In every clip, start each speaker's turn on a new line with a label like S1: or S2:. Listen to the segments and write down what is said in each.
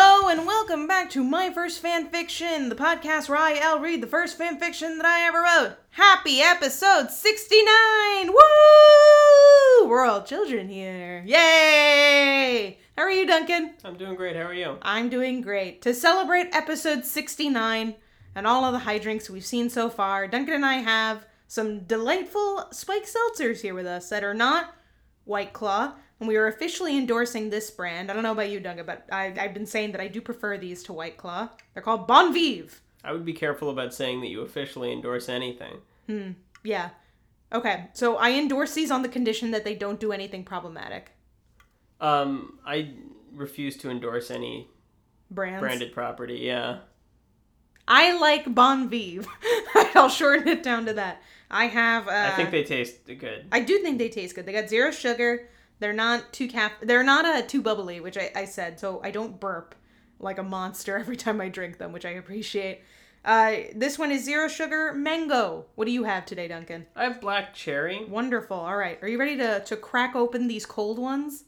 S1: welcome back to my first fan fiction, the podcast where I L read the first fan fiction that I ever wrote. Happy episode 69! Woo! We're all children here. Yay! How are you, Duncan?
S2: I'm doing great. How are you?
S1: I'm doing great. To celebrate episode 69 and all of the high drinks we've seen so far, Duncan and I have some delightful spike seltzers here with us that are not White Claw, and we are officially endorsing this brand. I don't know about you, Duncan, but I, I've been saying that I do prefer these to White Claw. They're called Bon Vive.
S2: I would be careful about saying that you officially endorse anything.
S1: Yeah. Okay, so I endorse these on the condition that they don't do anything problematic.
S2: Um, I refuse to endorse any
S1: Brands.
S2: branded property. Yeah.
S1: I like Bon Vive. I'll shorten it down to that. I have. Uh,
S2: I think they taste good.
S1: I do think they taste good. They got zero sugar. They're not too cap. They're not uh, too bubbly, which I, I said. So I don't burp like a monster every time I drink them, which I appreciate. Uh, this one is zero sugar mango. What do you have today, Duncan?
S2: I have black cherry.
S1: Wonderful. All right. Are you ready to to crack open these cold ones?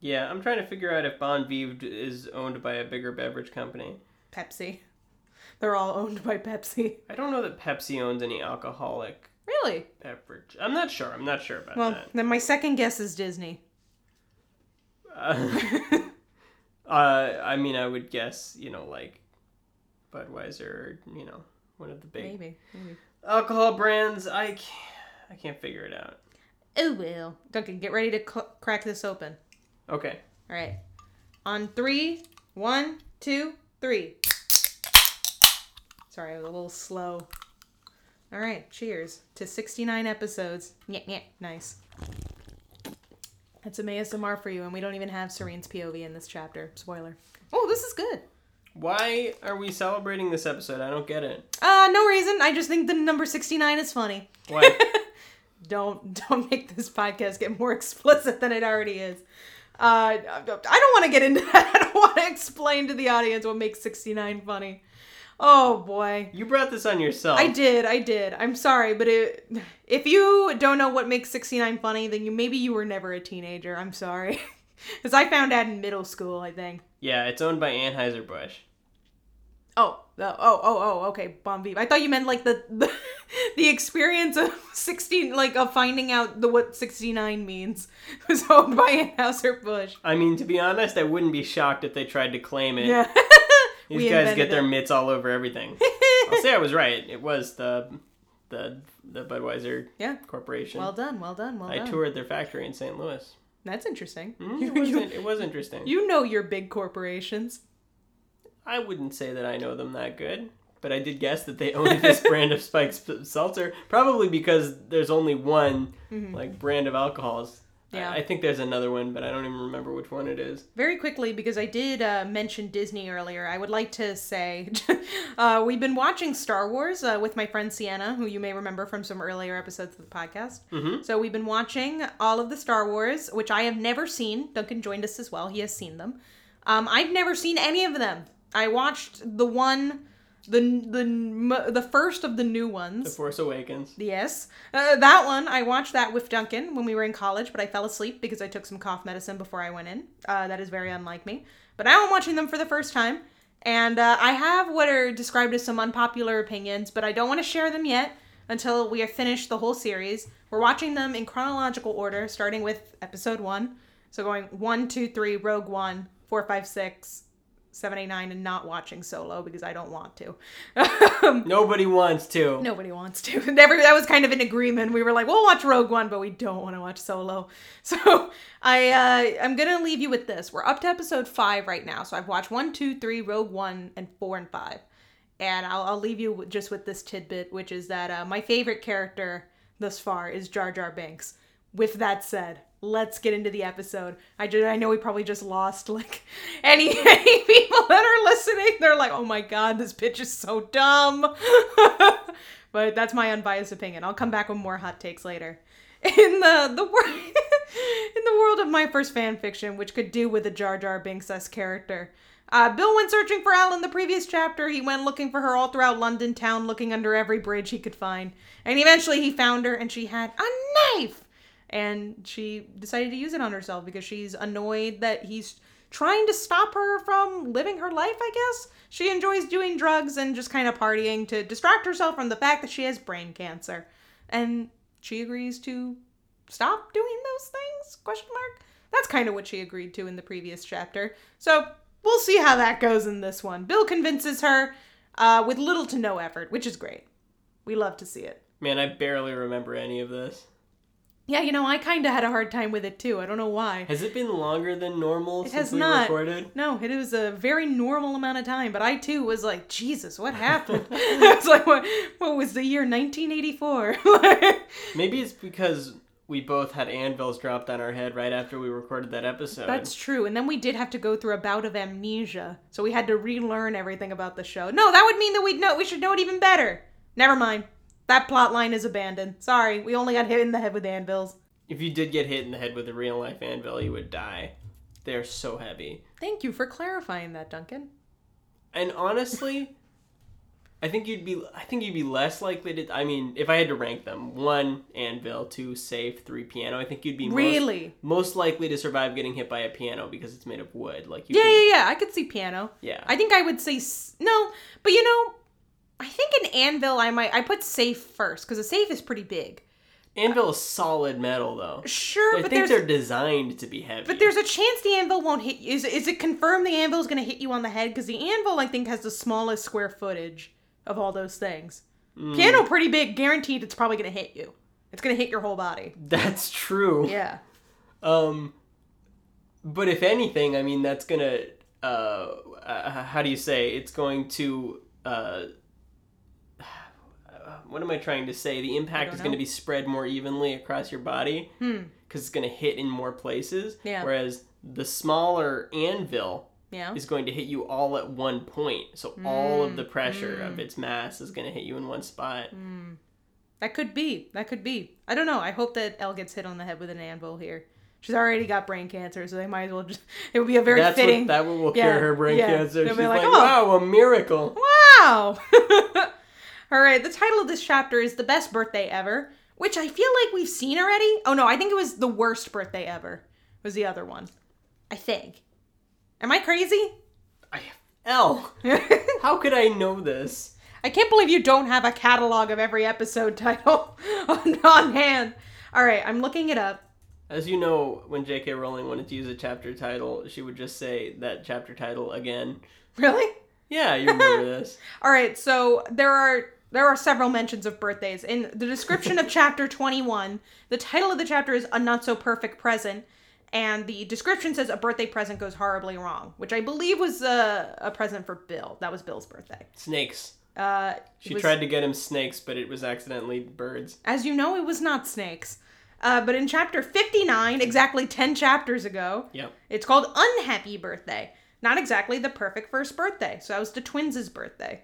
S2: Yeah, I'm trying to figure out if Bon Vivre is owned by a bigger beverage company.
S1: Pepsi. They're all owned by Pepsi.
S2: I don't know that Pepsi owns any alcoholic
S1: Really?
S2: beverage. I'm not sure. I'm not sure about
S1: Well,
S2: that.
S1: then my second guess is Disney.
S2: Uh, uh, I mean, I would guess, you know, like Budweiser, or, you know, one of the big
S1: Maybe. Maybe.
S2: alcohol brands. I can't, I can't figure it out.
S1: Oh well. Duncan, get ready to cl- crack this open.
S2: Okay.
S1: All right. On three, one, two, three. Sorry, I was a little slow. All right, cheers to 69 episodes. Yeah, yeah, nice. That's some ASMR for you, and we don't even have Serene's POV in this chapter. Spoiler. Oh, this is good.
S2: Why are we celebrating this episode? I don't get it.
S1: Uh, no reason. I just think the number 69 is funny.
S2: Why?
S1: don't don't make this podcast get more explicit than it already is. Uh, I don't want to get into that. I don't want to explain to the audience what makes 69 funny. Oh boy.
S2: you brought this on yourself.
S1: I did, I did. I'm sorry, but it, if you don't know what makes 69 funny, then you maybe you were never a teenager. I'm sorry. Because I found out in middle school, I think.
S2: Yeah, it's owned by Anheuser-Busch.
S1: Oh, the, oh, oh, oh, okay, Bon Vivre. I thought you meant like the, the the experience of sixteen, like of finding out the what sixty nine means It was owned by Anheuser Busch.
S2: I mean, to be honest, I wouldn't be shocked if they tried to claim it.
S1: Yeah,
S2: These
S1: We
S2: guys
S1: invented
S2: get their
S1: it.
S2: mitts all over everything. I'll say I was right. It was the the the Budweiser
S1: yeah.
S2: Corporation.
S1: Well done, well done, well
S2: I
S1: done.
S2: toured their factory in St. Louis.
S1: That's interesting.
S2: Mm,
S1: You-
S2: It was,
S1: you-
S2: in- it was interesting.
S1: you know your big corporations.
S2: I wouldn't say that I know them that good, but I did guess that they owned this brand of spiked sp- seltzer, probably because there's only one like brand of alcohols. I-
S1: Mm-hmm. Yeah.
S2: I, think there's another one, but I don't even remember which one it is.
S1: Very quickly, because I did uh, mention Disney earlier, I would like to say uh, we've been watching Star Wars uh, with my friend Sienna, who you may remember from some earlier episodes of the podcast.
S2: Mhm.
S1: So we've been watching all of the Star Wars, which I have never seen. Duncan joined us as well, he has seen them. Um, I've never seen any of them. I watched the one, the, the, the first of the new ones.
S2: The Force Awakens.
S1: Yes. Uh, that one, I watched that with Duncan when we were in college, but I fell asleep because I took some cough medicine before I went in. Uh, that is very unlike me. But now I'm watching them for the first time, and uh, I have what are described as some unpopular opinions, but I don't want to share them yet until we have finished the whole series. We're watching them in chronological order, starting with episode one. So going one, two, three, Rogue One, four, five, six, seven, eight, nine, and not watching solo because I don't want to.
S2: Nobody wants to.
S1: Nobody wants to. And every- that was kind of an agreement. We were like, we'll watch Rogue One, but we don't want to watch Solo. So I uh, I'm gonna leave you with this. We're up to episode five right now. So I've watched one, two, three, Rogue One, and four and five. And I'll, I'll leave you with- just with this tidbit, which is that uh, my favorite character thus far is Jar Jar Binks. With that said, let's get into the episode. I ju- I know we probably just lost like any any people that are listening. They're like, "Oh my god, this bitch is so dumb." but that's my unbiased opinion. I'll come back with more hot takes later. In the the wor- in the world of my first fan fiction, which could do with a Jar Jar Binks esque character. Uh, Bill went searching for Al in the previous chapter. He went looking for her all throughout London town, looking under every bridge he could find. And eventually he found her, and she had a knife! And she decided to use it on herself because she's annoyed that he's trying to stop her from living her life, I guess. She enjoys doing drugs and just kind of partying to distract herself from the fact that she has brain cancer. And she agrees to stop doing those things? Question mark. That's kind of what she agreed to in the previous chapter. So, we'll see how that goes in this one. Bill convinces her uh, with little to no effort, which is great. We love to see it.
S2: Man, I barely remember any of this.
S1: Yeah, you know, I kind of had a hard time with it too. I don't know why.
S2: Has it been longer than normal
S1: It
S2: since
S1: has
S2: we
S1: not.
S2: recorded?
S1: No, it was a very normal amount of time, but I too was like, Jesus, what happened? I was like, what, what was the year 1984?
S2: Maybe it's because we both had anvils dropped on our head right after we recorded that episode.
S1: That's true. And then we did have to go through a bout of amnesia, so we had to relearn everything about the show. No, that would mean that we'd know we should know it even better. Never mind. That plot line is abandoned. Sorry, we only got hit in the head with anvils.
S2: If you did get hit in the head with a real life anvil, you would die. They are so heavy.
S1: Thank you for clarifying that, Duncan.
S2: And honestly, I think you'd be I think you'd be less likely to I mean, if I had to rank them, 1 anvil, 2 safe, 3 piano, I think you'd be most-
S1: Really?
S2: most, likely to survive getting hit by a piano because it's made of wood. Like you
S1: Yeah,
S2: can,
S1: yeah, yeah. I could see piano.
S2: yeah.
S1: I think I would say s- no, but you know, I think in anvil I might I put safe first because a safe is pretty big.
S2: Anvil is solid metal though.
S1: Sure,
S2: I
S1: but there's
S2: think they're designed to be heavy.
S1: But there's a chance the anvil won't hit you. Is, is it confirmed the anvil's going to hit you on the head? Because the anvil, I think, has the smallest square footage of all those things.
S2: Hmm.
S1: Piano, pretty big, guaranteed it's probably going to hit you. It's going to hit your whole body.
S2: That's true.
S1: Yeah.
S2: Um, but if anything, I mean, that's gonna. Uh, uh, how do you say? It's going to. Uh, what am I trying to say? The impact
S1: don't
S2: is
S1: know. Hmm.
S2: going to be spread more evenly across your body because it's going to hit in more places.
S1: Yeah.
S2: Whereas the smaller anvil
S1: Yeah.
S2: is going to hit you all at one point, so all of the pressure
S1: Hmm.
S2: of its mass is going to hit you in one spot.
S1: That could be. That could be. I don't know. I hope that Elle gets hit on the head with an anvil here. She's already got brain cancer, so they might as well just. It would be a very
S2: That's
S1: fitting.
S2: what that will cure
S1: Yeah,
S2: her brain
S1: yeah.
S2: cancer.
S1: They'll
S2: She's
S1: be
S2: like,
S1: like, "Oh."
S2: wow, a miracle.
S1: Wow! All right, the title of this chapter is The Best Birthday Ever, which I feel like we've seen already. Oh no, I think it was The Worst Birthday Ever, was the other one. I think. Am I crazy?
S2: I L.
S1: I
S2: How could I know this?
S1: can't believe you don't have a catalog of every episode title on, on hand. All right, I'm looking it up.
S2: As you know, when J.K. Rowling wanted to use a chapter title, she would just say that chapter title again.
S1: Really?
S2: Yeah, you remember this.
S1: All right, so there are there are several mentions of birthdays in the description of chapter 21. The title of the chapter is A Not So Perfect Present, and the description says a birthday present goes horribly wrong, which I believe was a, a present for Bill. That was Bill's birthday.
S2: Snakes.
S1: Uh, it
S2: She
S1: was-
S2: tried to get him snakes, but it was accidentally birds.
S1: as you know, it was not snakes. Uh, but in chapter 59, exactly 10 chapters ago,
S2: Yep.
S1: it's called Unhappy Birthday. Not exactly the perfect first birthday. So that was the twins' birthday.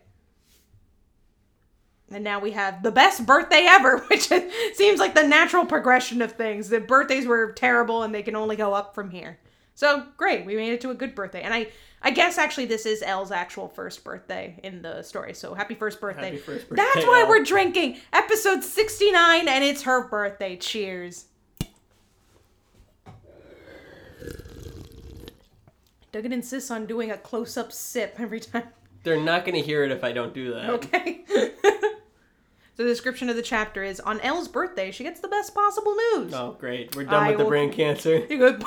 S1: And now we have the best birthday ever, which is- seems like the natural progression of things. The birthdays were terrible and they can only go up from here. So great, we made it to a good birthday. And I I guess actually this is Elle's actual first birthday in the story. So happy first birthday.
S2: Happy first
S1: That's
S2: birthday,
S1: why
S2: Elle.
S1: we're drinking. Episode 69 and it's her birthday. Cheers. Duggan insists on doing a close up sip every time.
S2: They're not going to hear it if I don't do that.
S1: Okay. the description of the chapter is on Elle's birthday, she gets the best possible news.
S2: Oh, great. We're done
S1: I
S2: with the
S1: will-
S2: brain cancer.
S1: You go,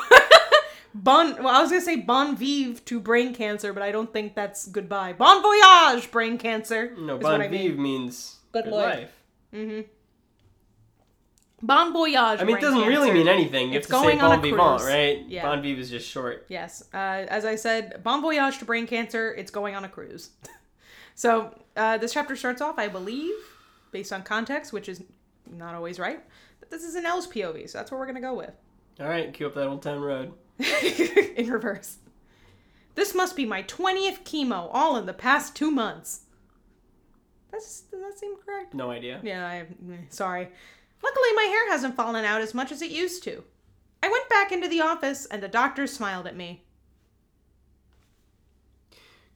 S1: bon, well, I was going to say bon vive to brain cancer, but I don't think that's goodbye. Bon voyage, brain cancer.
S2: No,
S1: is what
S2: bon
S1: I mean.
S2: vivre means
S1: Good
S2: good,
S1: life.
S2: life.
S1: Bon voyage.
S2: I mean, it
S1: brain
S2: doesn't really
S1: cancer.
S2: mean anything. You
S1: It's
S2: have to say
S1: going on a
S2: bon vivant,
S1: cruise.
S2: right?
S1: Yeah.
S2: Bon vivre is just short.
S1: Yes. Uh, as I said, bon voyage to brain cancer. It's going on a cruise. so uh, this chapter starts off, I believe, based on context, which is not always right. But this is an L's POV, so that's what we're going to go
S2: All right, cue up that old town road.
S1: with. in reverse. This must be my 20th chemo, all in the past two months. That's, does that seem correct?
S2: No idea.
S1: Yeah, I, mm, sorry. Luckily, my hair hasn't fallen out as much as it used to. I went back into the office, and the doctor smiled at me.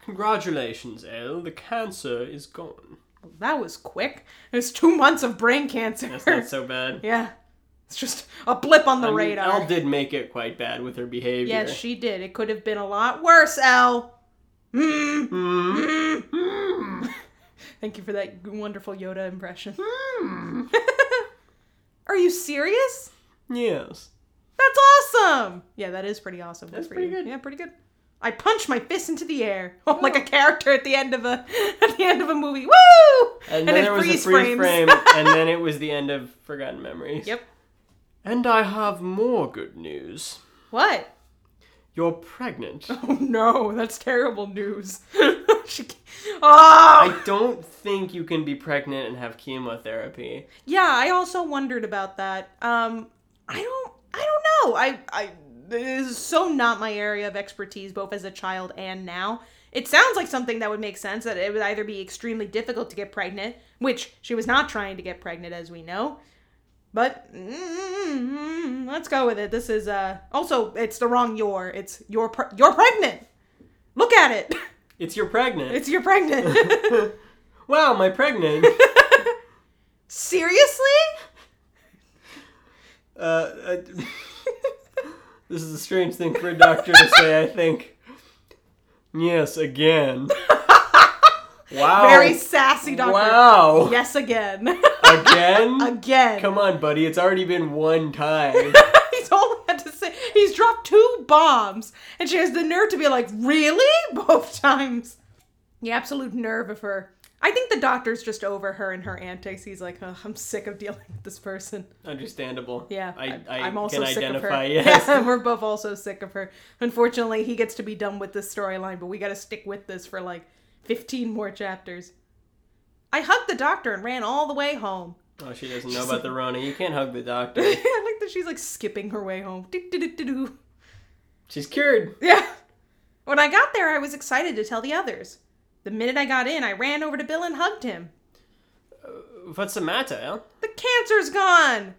S2: Congratulations, Elle. The cancer is gone.
S1: That was quick. It was two months of brain cancer.
S2: That's not so bad.
S1: yeah. It's just a blip on the
S2: I mean,
S1: radar.
S2: Elle did make it quite bad with her behavior.
S1: yes, she did. It could have been a lot worse, Elle. Mm.
S2: Mm.
S1: Hmm. Thank you for that wonderful Yoda impression.
S2: Hmm.
S1: Are you serious?
S2: Yes.
S1: That's awesome. Yeah, that is pretty awesome.
S2: That's
S1: for
S2: pretty
S1: you.
S2: good.
S1: Yeah, pretty good. I punch my fist into the air like a character at the end of a at the end of a movie. Woo!
S2: And, then
S1: it
S2: there was a freeze frame, and then it was the end of Forgotten Memories.
S1: Yep.
S2: And I have more good news.
S1: What?
S2: You're pregnant.
S1: Oh no, that's terrible news. she can't- oh
S2: I don't think you can be pregnant and have chemotherapy.
S1: yeah, I also wondered about that. Um, I don't, I don't know. I, I this is so not my area of expertise, both as a child and now. It sounds like something that would make sense. That it would either be extremely difficult to get pregnant, which she was not trying to get pregnant, as we know. But mm, let's go with it. This is uh also it's the wrong your. It's you're pre- you're pregnant. Look at it.
S2: It's you're pregnant.
S1: It's you're pregnant.
S2: wow, am I pregnant?
S1: Seriously?
S2: uh, uh, this is a strange thing for a doctor to say, I think. Yes, again. Wow.
S1: Very sassy doctor.
S2: Wow.
S1: Yes, again.
S2: Again?
S1: again.
S2: Come on, buddy. It's already been one time.
S1: he's only had to say he's dropped two bombs, and she has the nerve to be like, "Really?" Both times. The absolute nerve of her. I think the doctor's just over her and her antics. He's like, Ugh, "I'm sick of dealing with this person."
S2: Understandable.
S1: Yeah,
S2: I, I
S1: am also
S2: can
S1: sick
S2: identify.
S1: of her.
S2: Yes.
S1: Yeah, we're both also sick of her. Unfortunately, he gets to be done with this storyline, but we got to stick with this for like 15 more chapters. I hugged the doctor and ran all the way home.
S2: Oh, she doesn't know about the Rona. You can't hug the doctor.
S1: I like that she's like skipping her way home. Do-do-do-do-do.
S2: She's cured.
S1: Yeah. When I got there, I was excited to tell the others. The minute I got in, I ran over to Bill and hugged him.
S2: What's the matter, Elle?
S1: The cancer's gone.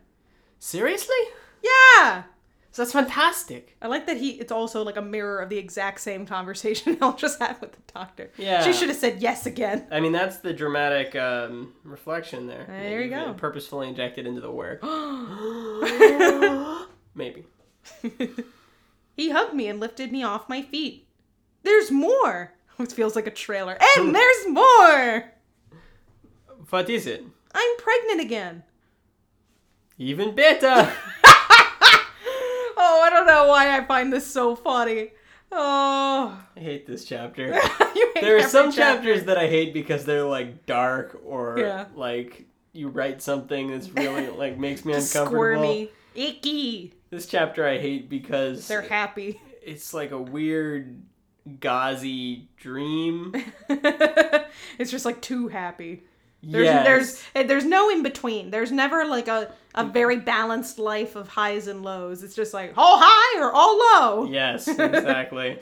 S2: Seriously?
S1: Yeah.
S2: That's fantastic.
S1: I like that he. It's also like a mirror of the exact same conversation Elle just had with the doctor.
S2: Yeah.
S1: She should have said yes again.
S2: I mean, that's the dramatic um, reflection there.
S1: There you
S2: Maybe
S1: go.
S2: Purposefully injected into the work. Maybe.
S1: He hugged me and lifted me off my feet. There's more. It feels like a trailer. And there's more.
S2: What is it?
S1: I'm pregnant again.
S2: Even better.
S1: Oh, I don't know why I find this so funny. Oh.
S2: I hate this chapter.
S1: You hate
S2: There are
S1: every
S2: some
S1: chapter.
S2: chapters that I hate because they're like dark or
S1: Yeah.
S2: like you write something that's really like makes me uncomfortable.
S1: squirmy, icky.
S2: This chapter I hate because
S1: They're happy.
S2: it's like a weird gauzy dream.
S1: it's just like too happy. There's
S2: yes.
S1: there's eh, there's no in between. There's never like a, a very balanced life of highs and lows. It's just like all high or all low.
S2: Yes, exactly.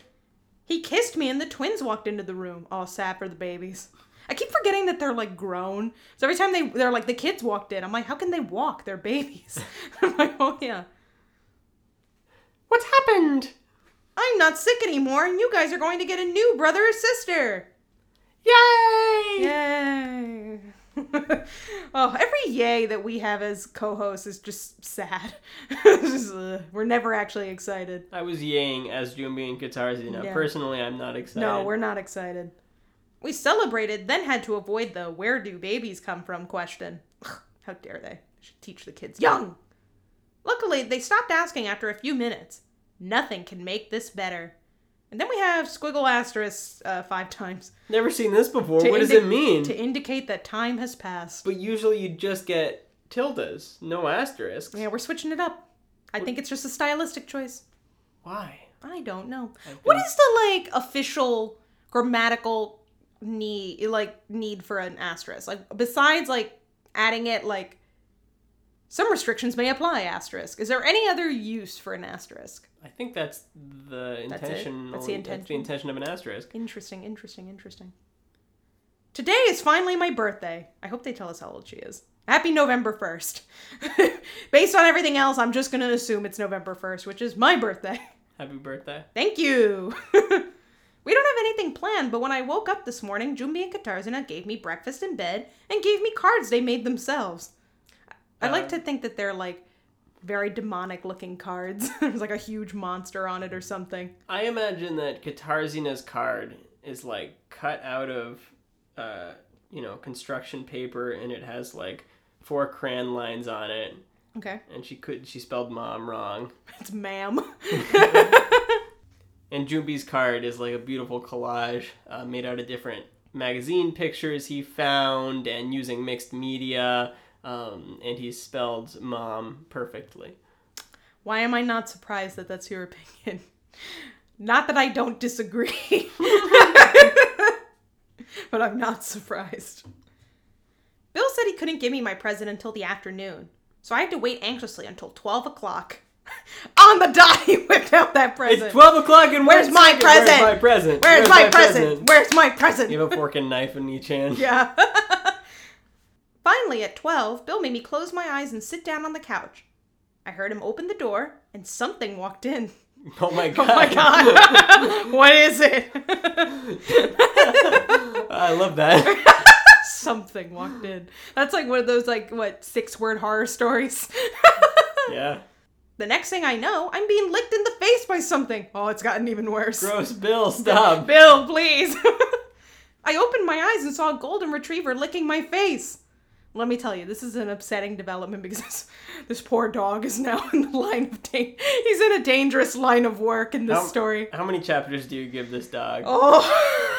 S1: He kissed me and the twins walked into the room, all sad for the babies. I keep forgetting that they're like grown. So every time they they're like the kids walked in, I'm like, how can they walk? They're babies. I'm like, oh yeah.
S2: what happened?
S1: I'm not sick anymore, and you guys are going to get a new brother or sister.
S2: Yay!
S1: Yay! oh, every yay that we have as co-hosts is just sad. It's just, uh, we're never actually excited.
S2: I was yaying as Jumbi and Katarzi. Now,
S1: Yeah.
S2: personally, I'm not excited.
S1: No, we're not excited. We celebrated, then had to avoid the "Where do babies come from?" question. Ugh, How dare they? Should teach the kids young. Luckily, they stopped asking after a few minutes. Nothing can make this better. And then we have squiggle asterisk uh, five times
S2: never seen this before. What does
S1: indi-
S2: it mean?
S1: to indicate that time has passed.
S2: But usually, you just get tildes, no asterisks.
S1: Yeah, we're switching it up. I think it's just a stylistic choice.
S2: Why?
S1: I don't know. What is the like official grammatical need like need for an asterisk? Like besides like adding it like some restrictions may apply asterisk. Is there any other use for an asterisk?
S2: I think that's the
S1: That's it?
S2: intention.
S1: That's the intention?
S2: intention of an asterisk.
S1: Interesting, interesting, interesting. Today is finally my birthday. I hope they tell us how old she is. Happy November 1st. Based on everything else, I'm just going to assume it's November 1st, which is my birthday.
S2: Happy birthday.
S1: Thank you. we don't have anything planned, but when I woke up this morning, Jumbi and Katarzina gave me breakfast in bed and gave me cards they made themselves. I like
S2: Uh,
S1: to think that they're like very demonic looking cards. There's like a huge monster on it or something.
S2: I imagine that Katarzyna's card is like cut out of, uh, you know, construction paper, and it has like four crayon lines on it,
S1: Okay.
S2: and she could she spelled mom wrong.
S1: It's ma'am.
S2: And Junbi's card is like a beautiful collage uh, made out of different magazine pictures he found and using mixed media. Um, and he spelled mom perfectly.
S1: Why am I not surprised that that's your opinion? Not that I don't disagree, but I'm not surprised. Bill said he couldn't give me my present until the afternoon, so I had to wait anxiously until 12 o'clock. On the dot, he whipped out that present.
S2: It's 12 o'clock and
S1: Where's
S2: one
S1: my
S2: second.
S1: present?
S2: Where's my present?
S1: Where's my present? Where's my present?
S2: You have a fork and knife in each hand.
S1: Yeah. Finally, at 12, Bill made me close my eyes and sit down on the couch. I heard him open the door, and something walked in.
S2: Oh my god.
S1: Oh my god. what is it?
S2: I love that.
S1: something walked in. That's like one of those, like, what, six word horror stories?
S2: Yeah.
S1: the next thing I know, I'm being licked in the face by something. Oh, it's gotten even worse.
S2: Gross, Bill, stop.
S1: Bill, please. I opened my eyes and saw a golden retriever licking my face. Let me tell you, this is an upsetting development because this, this poor dog is now in the line of da- he's in a dangerous line of work in this
S2: How-
S1: story.
S2: How many chapters do you give this dog?
S1: Oh,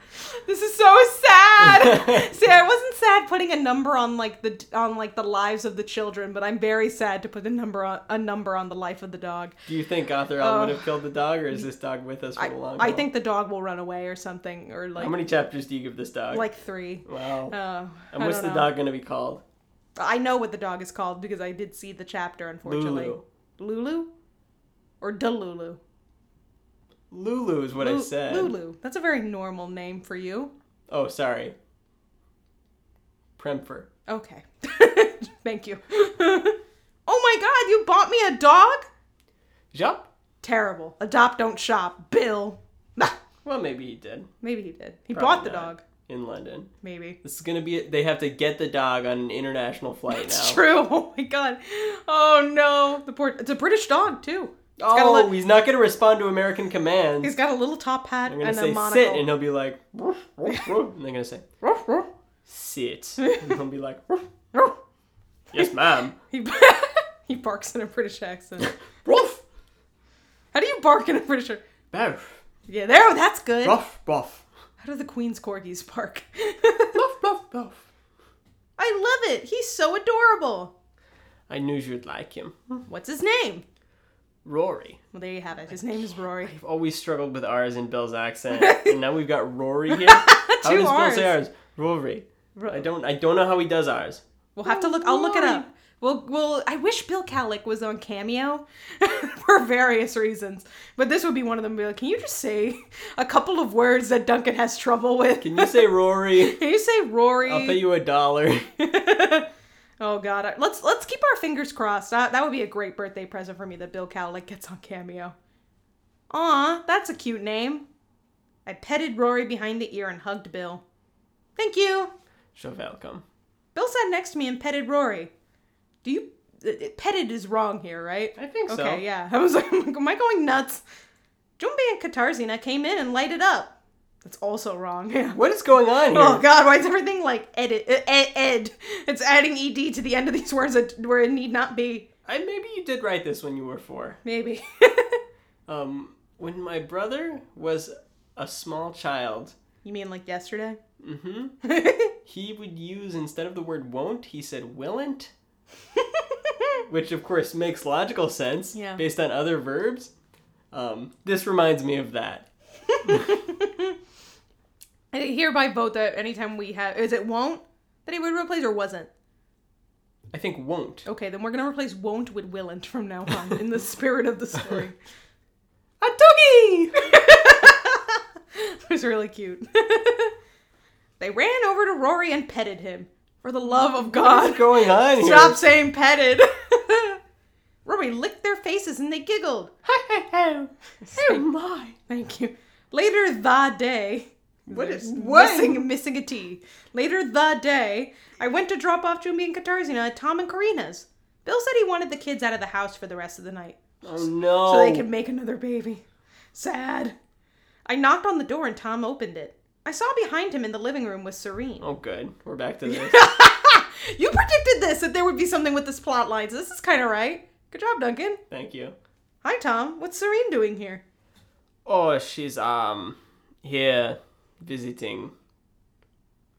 S1: this is so sad. See, I wasn't sad putting a number on like the on like the lives of the children, but I'm very sad to put a number on a number on the life of the dog.
S2: Do you think Author
S1: Oh.
S2: would have killed the dog, or is this dog with us for
S1: I,
S2: the long
S1: I
S2: haul?
S1: think the dog will run away or something, or like
S2: How many chapters do you give this dog?
S1: like three.
S2: wow.
S1: Oh,
S2: and
S1: I
S2: what's
S1: don't
S2: the
S1: know.
S2: dog gonna be called?
S1: I know what the dog is called because I did see the chapter, unfortunately.
S2: Lulu.
S1: Lulu. Or Delulu.
S2: Lulu is what I
S1: Lu-
S2: said.
S1: Lulu. That's a very normal name for you.
S2: Oh, sorry. Premfer.
S1: Okay. Thank you. oh my god, you bought me a dog?
S2: Jump?
S1: Terrible. Adopt, don't shop. Bill. Bah.
S2: Well, maybe he did
S1: Maybe he did. He
S2: Probably
S1: bought the
S2: not.
S1: dog.
S2: in London.
S1: Maybe.
S2: This is gonna be. They have to get the dog on an international flight
S1: It's
S2: now.
S1: true. Oh my god. Oh no. The poor. It's a British dog too. It's got a
S2: Oh,
S1: little-
S2: he's not gonna respond to American commands.
S1: he's got a little top hat
S2: I'm gonna
S1: and
S2: say
S1: a
S2: sit,
S1: monocle.
S2: and he'll be like, "Woof, woof, woof," and they're gonna say sit, and he'll be like, "Woof, yes, ma'am.
S1: He he barks in a British accent.
S2: Ruff,
S1: How do you bark in a British? ac-
S2: Barf.
S1: Yeah, there. That's good.
S2: ruff, ruff,
S1: How do the Queen's corgis bark?
S2: ruff, ruff, ruff.
S1: I love it. He's so adorable.
S2: I knew you'd like him,
S1: What's his name?
S2: Rory.
S1: Well, there you have it. His name is Rory.
S2: I've always struggled with R's in Bill's accent, and now we've got Rory here. How
S1: Two
S2: does Bill say
S1: Rs.
S2: R's? Rory.
S1: Ro-
S2: I don't. I don't know how he does R's.
S1: We'll have to look. I'll look it up. Well, well, I wish Bill Calick was on Cameo for various reasons, but this would be one of them. Be like, can you just say a couple of words that Duncan has trouble with?
S2: Can you say Rory?
S1: Can you say Rory?
S2: I'll pay you a dollar.
S1: oh God, I- let's let's keep our fingers crossed. That, that would be a great birthday present for me that Bill Cowlick gets on Cameo. Aw, that's a cute name. I petted Rory behind the ear and hugged Bill. Thank you.
S2: So welcome.
S1: Bill sat next to me and petted Rory. Do you it- it- petted is wrong here, right?
S2: I think so.
S1: Okay, yeah. I was like, am I going nuts? Jumbi and Katarzyna came in and lighted up. That's also wrong. Yeah.
S2: What is going on here?
S1: Oh God, why is everything like ed? Ed, ed. It's adding ed to the end of these words that where it need not be.
S2: I maybe you did write this when you were four.
S1: Maybe.
S2: Um, when my brother was a small child,
S1: you mean like yesterday?
S2: hmm he would use instead of the word won't, he said willn't, which of course makes logical sense
S1: Yeah.
S2: based on other verbs. Um, this reminds me of that.
S1: I hereby vote that anytime we have is it won't that he would replace or wasn't.
S2: I think won't.
S1: Okay, then we're gonna replace won't with willn't from now on in the spirit of the story.
S2: A doggy!
S1: It was really cute. they ran over to Rory and petted him. For the love of God.
S2: What's going on here?
S1: Stop saying petted. Rory licked their faces and they giggled.
S2: oh my!
S1: Thank you. Later the day.
S2: What is
S1: There's
S2: what?
S1: Missing, missing a T. Later the day, I went to drop off Jumi and Katarzyna at Tom and Karina's. Bill said he wanted the kids out of the house for the rest of the night
S2: Oh no.
S1: so they could make another baby. Sad. I knocked on the door and Tom opened it. I saw behind him in the living room was Serene.
S2: Oh good. We're back to this.
S1: You predicted this that there would be something with this plot line, so this is kind of right. Good job, Duncan.
S2: Thank you.
S1: Hi, Tom. What's Serene doing here?
S2: Oh, she's um here visiting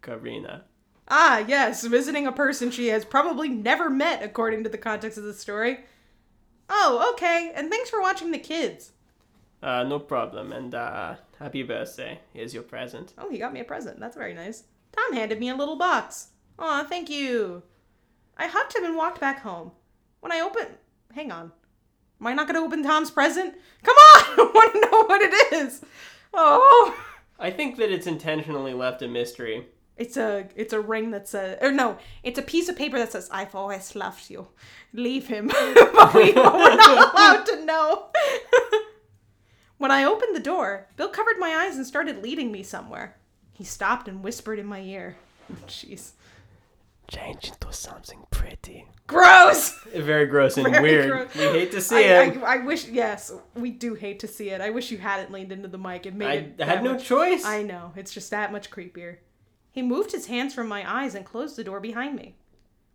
S2: Karina.
S1: Ah, yes, visiting a person she has probably never met, according to the context of the story. Oh, okay, and thanks for watching the kids.
S2: Uh, no problem, and uh, happy birthday. Here's your present.
S1: Oh, he got me a present. That's very nice. Tom handed me a little box. Aw, thank you. I hugged him and walked back home. When I opened. Hang on. Am I not going to open Tom's present? Come on! I want to know what it is! Oh!
S2: I think that it's intentionally left a mystery.
S1: It's a it's a ring that says or no, it's a piece of paper that says I've always loved you. Leave him. but we, we're not allowed to know. when I opened the door, Bill covered my eyes and started leading me somewhere. He stopped and whispered in my ear. Jeez.
S2: Change into something pretty.
S1: Gross.
S2: Very gross and
S1: Very
S2: weird.
S1: gross.
S2: We hate to see
S1: I,
S2: it.
S1: I, I wish yes, we do hate to see it. I wish you hadn't leaned into the mic. It made
S2: I,
S1: it that
S2: had no
S1: much-
S2: choice.
S1: I know. It's just that much creepier. He moved his hands from my eyes and closed the door behind me.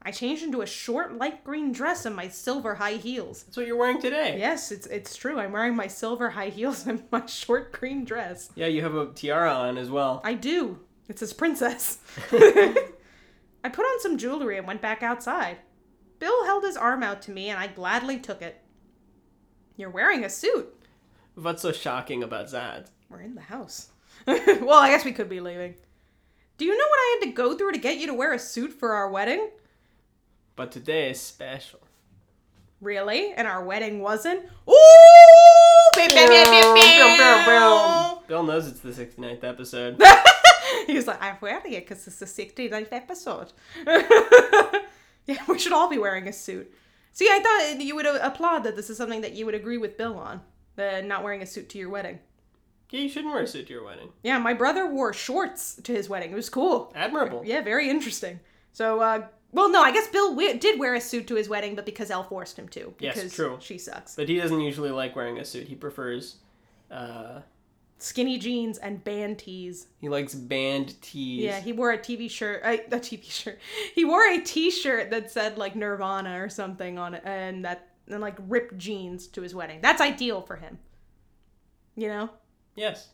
S1: I changed into a short light green dress and my silver high heels.
S2: That's what you're wearing today.
S1: Yes, it's it's true. I'm wearing my silver high heels and my short green dress.
S2: Yeah, you have a tiara on as well.
S1: I do. It says princess. I put on some jewelry and went back outside. Bill held his arm out to me and I gladly took it. You're wearing a suit.
S2: What's so shocking about that?
S1: We're in the house. well, I guess we could be leaving. Do you know what I had to go through to get you to wear a suit for our wedding?
S2: But today is special.
S1: Really? And our wedding wasn't? Ooh! Pew, pew, pew, pew, pew.
S2: Bill knows it's the 69th episode.
S1: He was like, I'm wearing it because it's the 69th episode. yeah, we should all be wearing a suit. See, I thought you would applaud that this is something that you would agree with Bill on, the not wearing a suit to your wedding.
S2: yeah, you shouldn't wear a suit to your wedding.
S1: Yeah, my brother wore shorts to his wedding. It was cool.
S2: Admirable.
S1: Yeah, very interesting. So, uh, well, no, I guess Bill we- did wear a suit to his wedding, but because Elle forced him to.
S2: Yes,
S1: because
S2: true.
S1: She sucks.
S2: But he doesn't usually like wearing a suit. He prefers, uh,
S1: Skinny jeans and band tees.
S2: he likes band tees.
S1: Yeah, he wore a TV shirt, a, a TV shirt. He wore a T-shirt that said like Nirvana or something on it, and that and like ripped jeans to his wedding. That's ideal for him. You know.
S2: yes.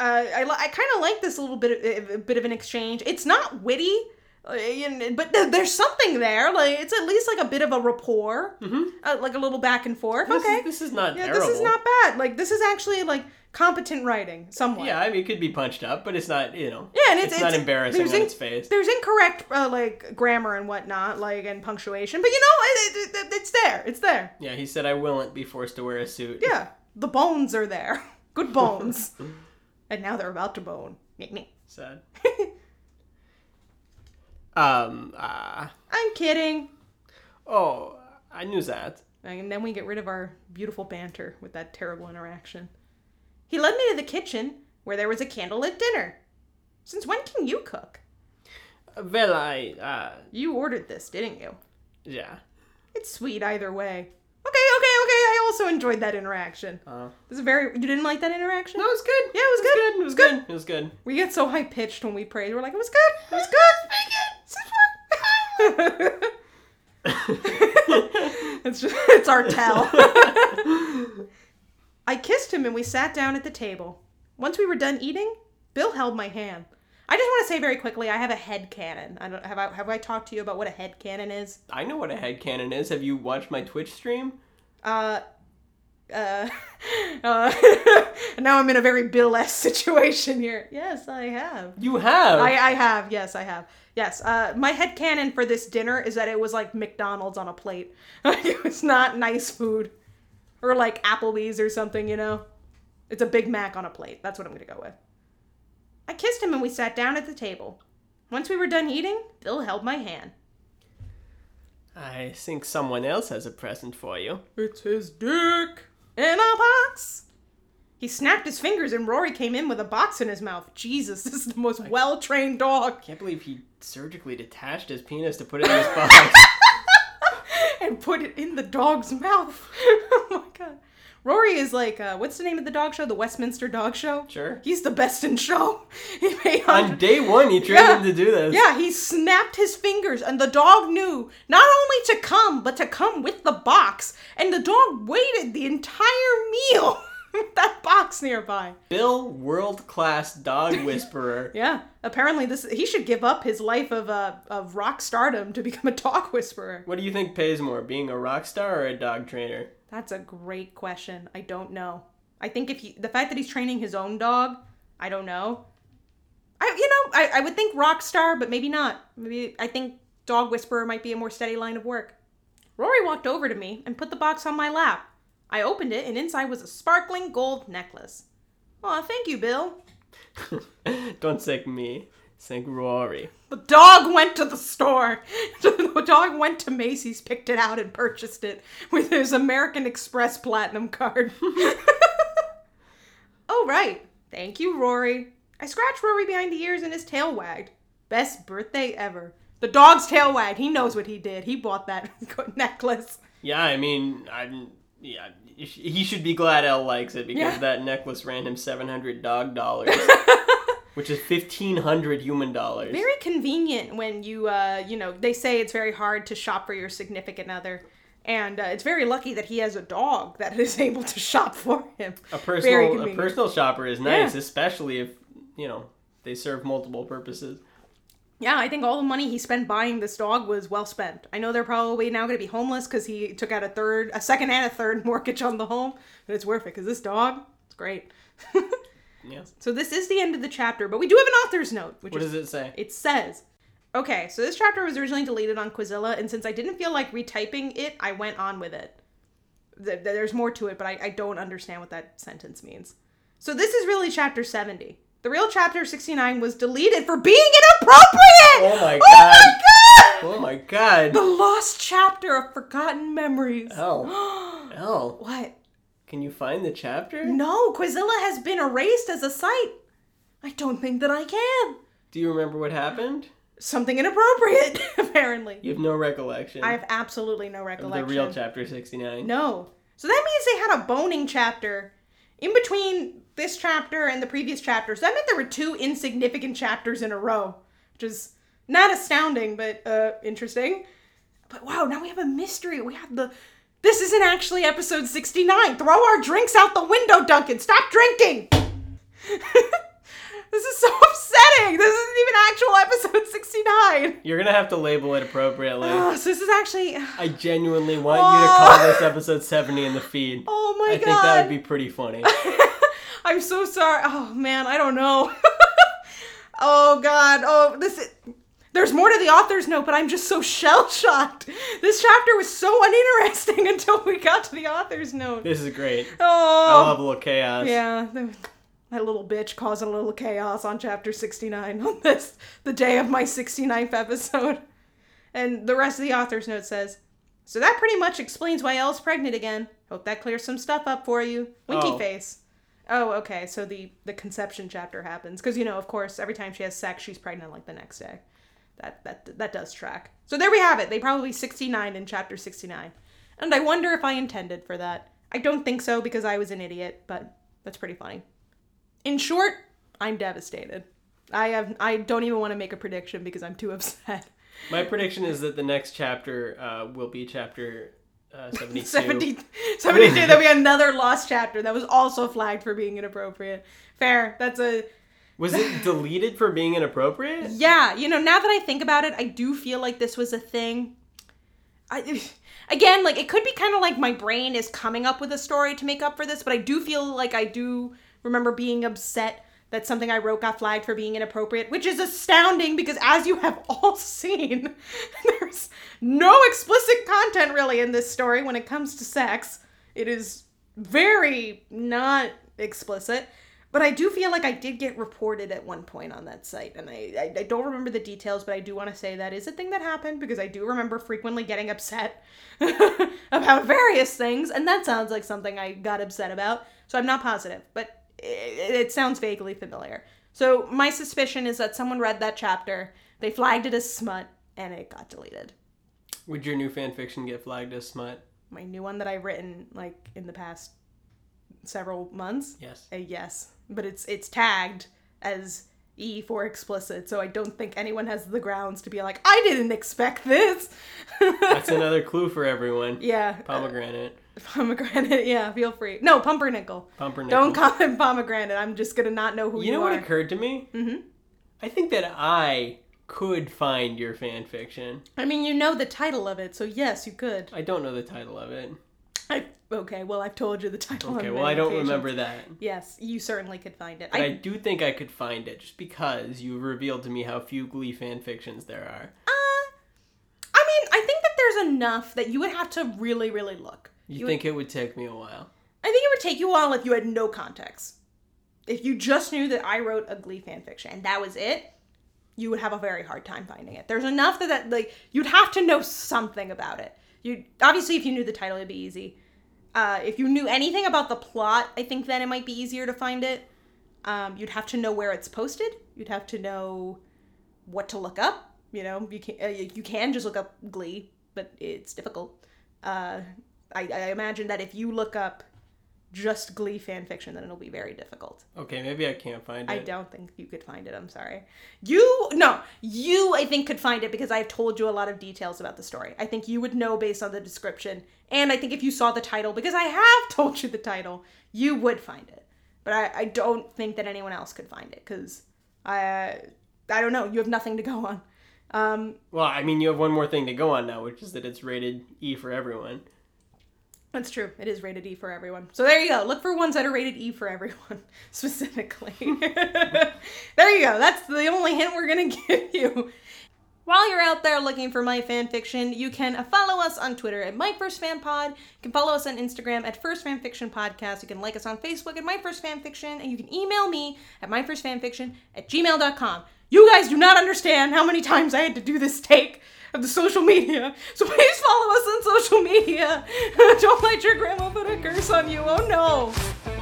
S1: uh, I, li- I kind of like this little bit of, a bit of an exchange. It's not witty, uh, you know, but th- there's something there. Like it's at least like a bit of a rapport, uh, like a little back and forth.
S2: Mm-hmm. This
S1: okay,
S2: Is, this is not
S1: yeah,
S2: terrible.
S1: this is not bad. Like this is actually like competent writing, somewhat.
S2: Yeah, I mean, it could be punched up, but it's not, you know.
S1: Yeah, and it's-
S2: not
S1: it's-
S2: embarrassing
S1: there's
S2: on
S1: in-
S2: its face.
S1: There's incorrect uh, like grammar and whatnot, like and punctuation, but you know it, it, it- it's there. It's there.
S2: Yeah, he said, I willn't be forced to wear a suit.
S1: Yeah, the bones are there. Good bones. and now they're about to bone. Nyeh, nyeh.
S2: Sad. um, ah.
S1: I'm kidding.
S2: oh, I knew that.
S1: And then we get rid of our beautiful banter with that terrible interaction. He led me to the kitchen where there was a candlelit dinner. Since when can you cook?
S2: Well, I, uh,
S1: You ordered this, didn't you?
S2: yeah.
S1: It's sweet either way. Okay, okay, okay. I also enjoyed that interaction.
S2: Uh,
S1: This is very. You didn't like that interaction?
S2: no, it was good.
S1: Yeah, it was good.
S2: It was good. It was good.
S1: We get so high pitched when we praise. We're like, it was good. It was good. It was good. it's just it's our tell. I kissed him and we sat down at the table. Once we were done eating, Bill held my hand. I just want to say very quickly, I have a head cannon. I don't have I have I talked to you about what a head cannon is?
S2: I know what a headcanon is. Have you watched my Twitch stream?
S1: Uh uh, uh now I'm in a very Bill esque situation here. Yes, I have.
S2: You have.
S1: I, I have, yes, I have. Yes. Uh, my headcanon for this dinner is that it was like McDonald's on a plate. it was not nice food. Or like Applebee's or something, you know? It's a Big Mac on a plate. That's what I'm going to go with. I kissed him and we sat down at the table. Once we were done eating, Bill held my hand.
S2: I think someone else has a present for you.
S1: It's his dick in a box. He snapped his fingers and Rory came in with a box in his mouth. Jesus, this is the most well trained dog.
S2: Can't believe he surgically detached his penis to put it in his box.
S1: put it in the dog's mouth. oh my god. Rory is like, uh, what's the name of the dog show? The Westminster Dog Show?
S2: Sure.
S1: He's the best in show. He made
S2: On day one, he trained
S1: Yeah.
S2: him to do this.
S1: Yeah, he snapped his fingers, and the dog knew not only to come, but to come with the box. And the dog waited the entire meal with that box nearby.
S2: Bill, world class dog whisperer.
S1: Yeah, apparently this he should give up his life of uh, of rock stardom to become a dog whisperer.
S2: What do you think pays more, being a rock star or a dog trainer?
S1: That's a great question. I don't know. I think if he, the fact that he's training his own dog, I don't know. I you know I, I would think rock star, but maybe not. Maybe I think dog whisperer might be a more steady line of work. Rory walked over to me and put the box on my lap. I opened it and inside was a sparkling gold necklace. Aw, thank you, Bill.
S2: Don't thank me, thank Rory.
S1: The dog went to the store. the dog went to Macy's, picked it out, and purchased it with his American Express Platinum card. oh, right. Thank you, Rory. I scratched Rory behind the ears and his tail wagged. Best birthday ever. The dog's tail wagged. He knows what he did. He bought that necklace.
S2: Yeah, I mean, I'm. Yeah, he should be glad Elle likes it because
S1: Yeah.
S2: that necklace ran him seven hundred dog dollars, which is fifteen hundred human dollars.
S1: Very convenient when you, uh, you know, they say it's very hard to shop for your significant other. And uh, it's very lucky that he has a dog that is able to shop for him.
S2: a
S1: very
S2: personal, a
S1: convenient.
S2: personal shopper is nice,
S1: Yeah.
S2: especially if you know they serve multiple purposes.
S1: Yeah, I think all the money he spent buying this dog was well spent. I know they're probably now going to be homeless because he took out a third, a second and a third mortgage on the home, but it's worth it because this dog, it's great.
S2: Yeah.
S1: so this is the end of the chapter, but we do have an author's note, which
S2: What
S1: is
S2: does it say?
S1: it says, okay, so this chapter was originally deleted on Quizilla, and since I didn't feel like retyping it, I went on with it. Th- th- There's more to it, but I, I don't understand what that sentence means. So this is really chapter 70. The real chapter 69 was deleted for being inappropriate!
S2: Oh my
S1: Oh
S2: god!
S1: my god!
S2: Oh my god!
S1: The lost chapter of forgotten memories.
S2: Oh. Elle, Elle,
S1: What?
S2: can you find the chapter?
S1: No, Quizilla has been erased as a site. I don't think that I can.
S2: Do you remember what happened?
S1: Something inappropriate, apparently.
S2: You have no recollection.
S1: I have absolutely no
S2: of
S1: recollection.
S2: the real chapter 69.
S1: No. So that means they had a boning chapter in between this chapter and the previous chapter. So that meant there were two insignificant chapters in a row, which is not astounding, but uh, interesting. But wow, now we have a mystery. We have the. This isn't actually episode 69. Throw our drinks out the window, Duncan. Stop drinking. this is so upsetting. This isn't even actual episode 69.
S2: You're gonna have to label it appropriately.
S1: Oh, so this is actually.
S2: I genuinely want you to call
S1: Oh.
S2: this episode 70 in the feed.
S1: Oh my
S2: I
S1: god.
S2: think that would be pretty funny.
S1: I'm so sorry. Oh man, I don't know. oh god. Oh, this is. There's more to the author's note, but I'm just so shell shocked. This chapter was so uninteresting until we got to the author's note.
S2: This is great. I love
S1: Oh,
S2: a little chaos.
S1: yeah. That little bitch causing a little chaos on chapter 69 on this, the day of my 69th episode. And the rest of the author's note says, So that pretty much explains why Elle's pregnant again. Hope that clears some stuff up for you. Winky
S2: Oh.
S1: face. Oh, okay. So the the conception chapter happens because you know, of course, every time she has sex, she's pregnant like the next day. That that that does track. So there we have it. They probably 69 in chapter 69. And I wonder if I intended for that. I don't think so because I was an idiot, but that's pretty funny. In short, I'm devastated. I have I don't even want to make a prediction because I'm too upset.
S2: My prediction is that the next chapter uh, will be chapter uh, 72.
S1: 70, 72 that we had another lost chapter that was also flagged for being inappropriate. Fair. That's a
S2: Was it deleted for being inappropriate?
S1: yeah. You know, now that I think about it, I do feel like this was a thing. I, again, like it could be kind of like my brain is coming up with a story to make up for this, but I do feel like I do remember being upset that something I wrote got flagged for being inappropriate, which is astounding because as you have all seen, there's no explicit content really in this story when it comes to sex. It is very not explicit. But I do feel like I did get reported at one point on that site, and I, I, I don't remember the details, but I do want to say that is a thing that happened because I do remember frequently getting upset about various things, and that sounds like something I got upset about, so I'm not positive, but it, it sounds vaguely familiar. So my suspicion is that someone read that chapter, they flagged it as smut, and it got deleted.
S2: Would your new fan fiction get flagged as smut?
S1: My new one that I've written like in the past several months.
S2: Yes.
S1: A yes, but it's it's tagged as E for explicit, so I don't think anyone has the grounds to be like, I didn't expect this.
S2: That's another clue for everyone.
S1: yeah,
S2: Pomegranate.
S1: pomegranate. Yeah, feel free. No, pumpernickel.
S2: Pumpernickel.
S1: Don't call him pomegranate. I'm just gonna not know who you,
S2: You know
S1: are.
S2: what occurred to me?
S1: Mhm.
S2: I think that I could find your fan fiction.
S1: I mean, you know the title of it, so yes, you could.
S2: I don't know the title of it.
S1: I, okay, well, I've told you the title. on
S2: Okay, well,
S1: many
S2: I don't
S1: occasions.
S2: remember that.
S1: Yes, you certainly could find it.
S2: But I
S1: I,
S2: do think I could find it just because you revealed to me how few Glee fan fictions there are.
S1: uh, I mean, I think that there's enough that you would have to really, really look.
S2: You,
S1: would-
S2: think it would take me a while?
S1: I think it would take you a while if you had no context. If you just knew that I wrote a Glee fanfiction and that was it, you would have a very hard time finding it. There's enough that, that like you'd have to know something about it. You obviously, if you knew the title, it'd be easy. Uh, if you knew anything about the plot, I think then it might be easier to find it. Um, you'd have to know where it's posted. You'd have to know what to look up. You know, you can uh, you can just look up Glee, but it's difficult. Uh, I, I imagine that if you look up just Glee fan fiction, then it'll be very difficult.
S2: Okay, maybe I can't find it.
S1: I don't think you could find it. I'm sorry. You no, you I think could find it because I've told you a lot of details about the story. I think you would know based on the description, and I think if you saw the title, because I have told you the title, you would find it. But I, I don't think that anyone else could find it because I I don't know. You have nothing to go on. Um,
S2: Well, I mean, you have one more thing to go on now, which is that it's rated E for everyone.
S1: That's true. It is rated E for everyone. So there you go. Look for ones that are rated E for everyone specifically. there you go. That's the only hint we're going to give you. While you're out there looking for my fan fiction, you can uh, follow us on Twitter at My First Fan Pod. You can follow us on Instagram at First Fan Fiction Podcast. You can like us on Facebook at My First Fan Fiction, and you can email me at myfirstfanfiction at gmail.com. You guys do not understand how many times I had to do this take of the social media, so please follow us on social media. Don't let your grandma put a curse on you. Oh no.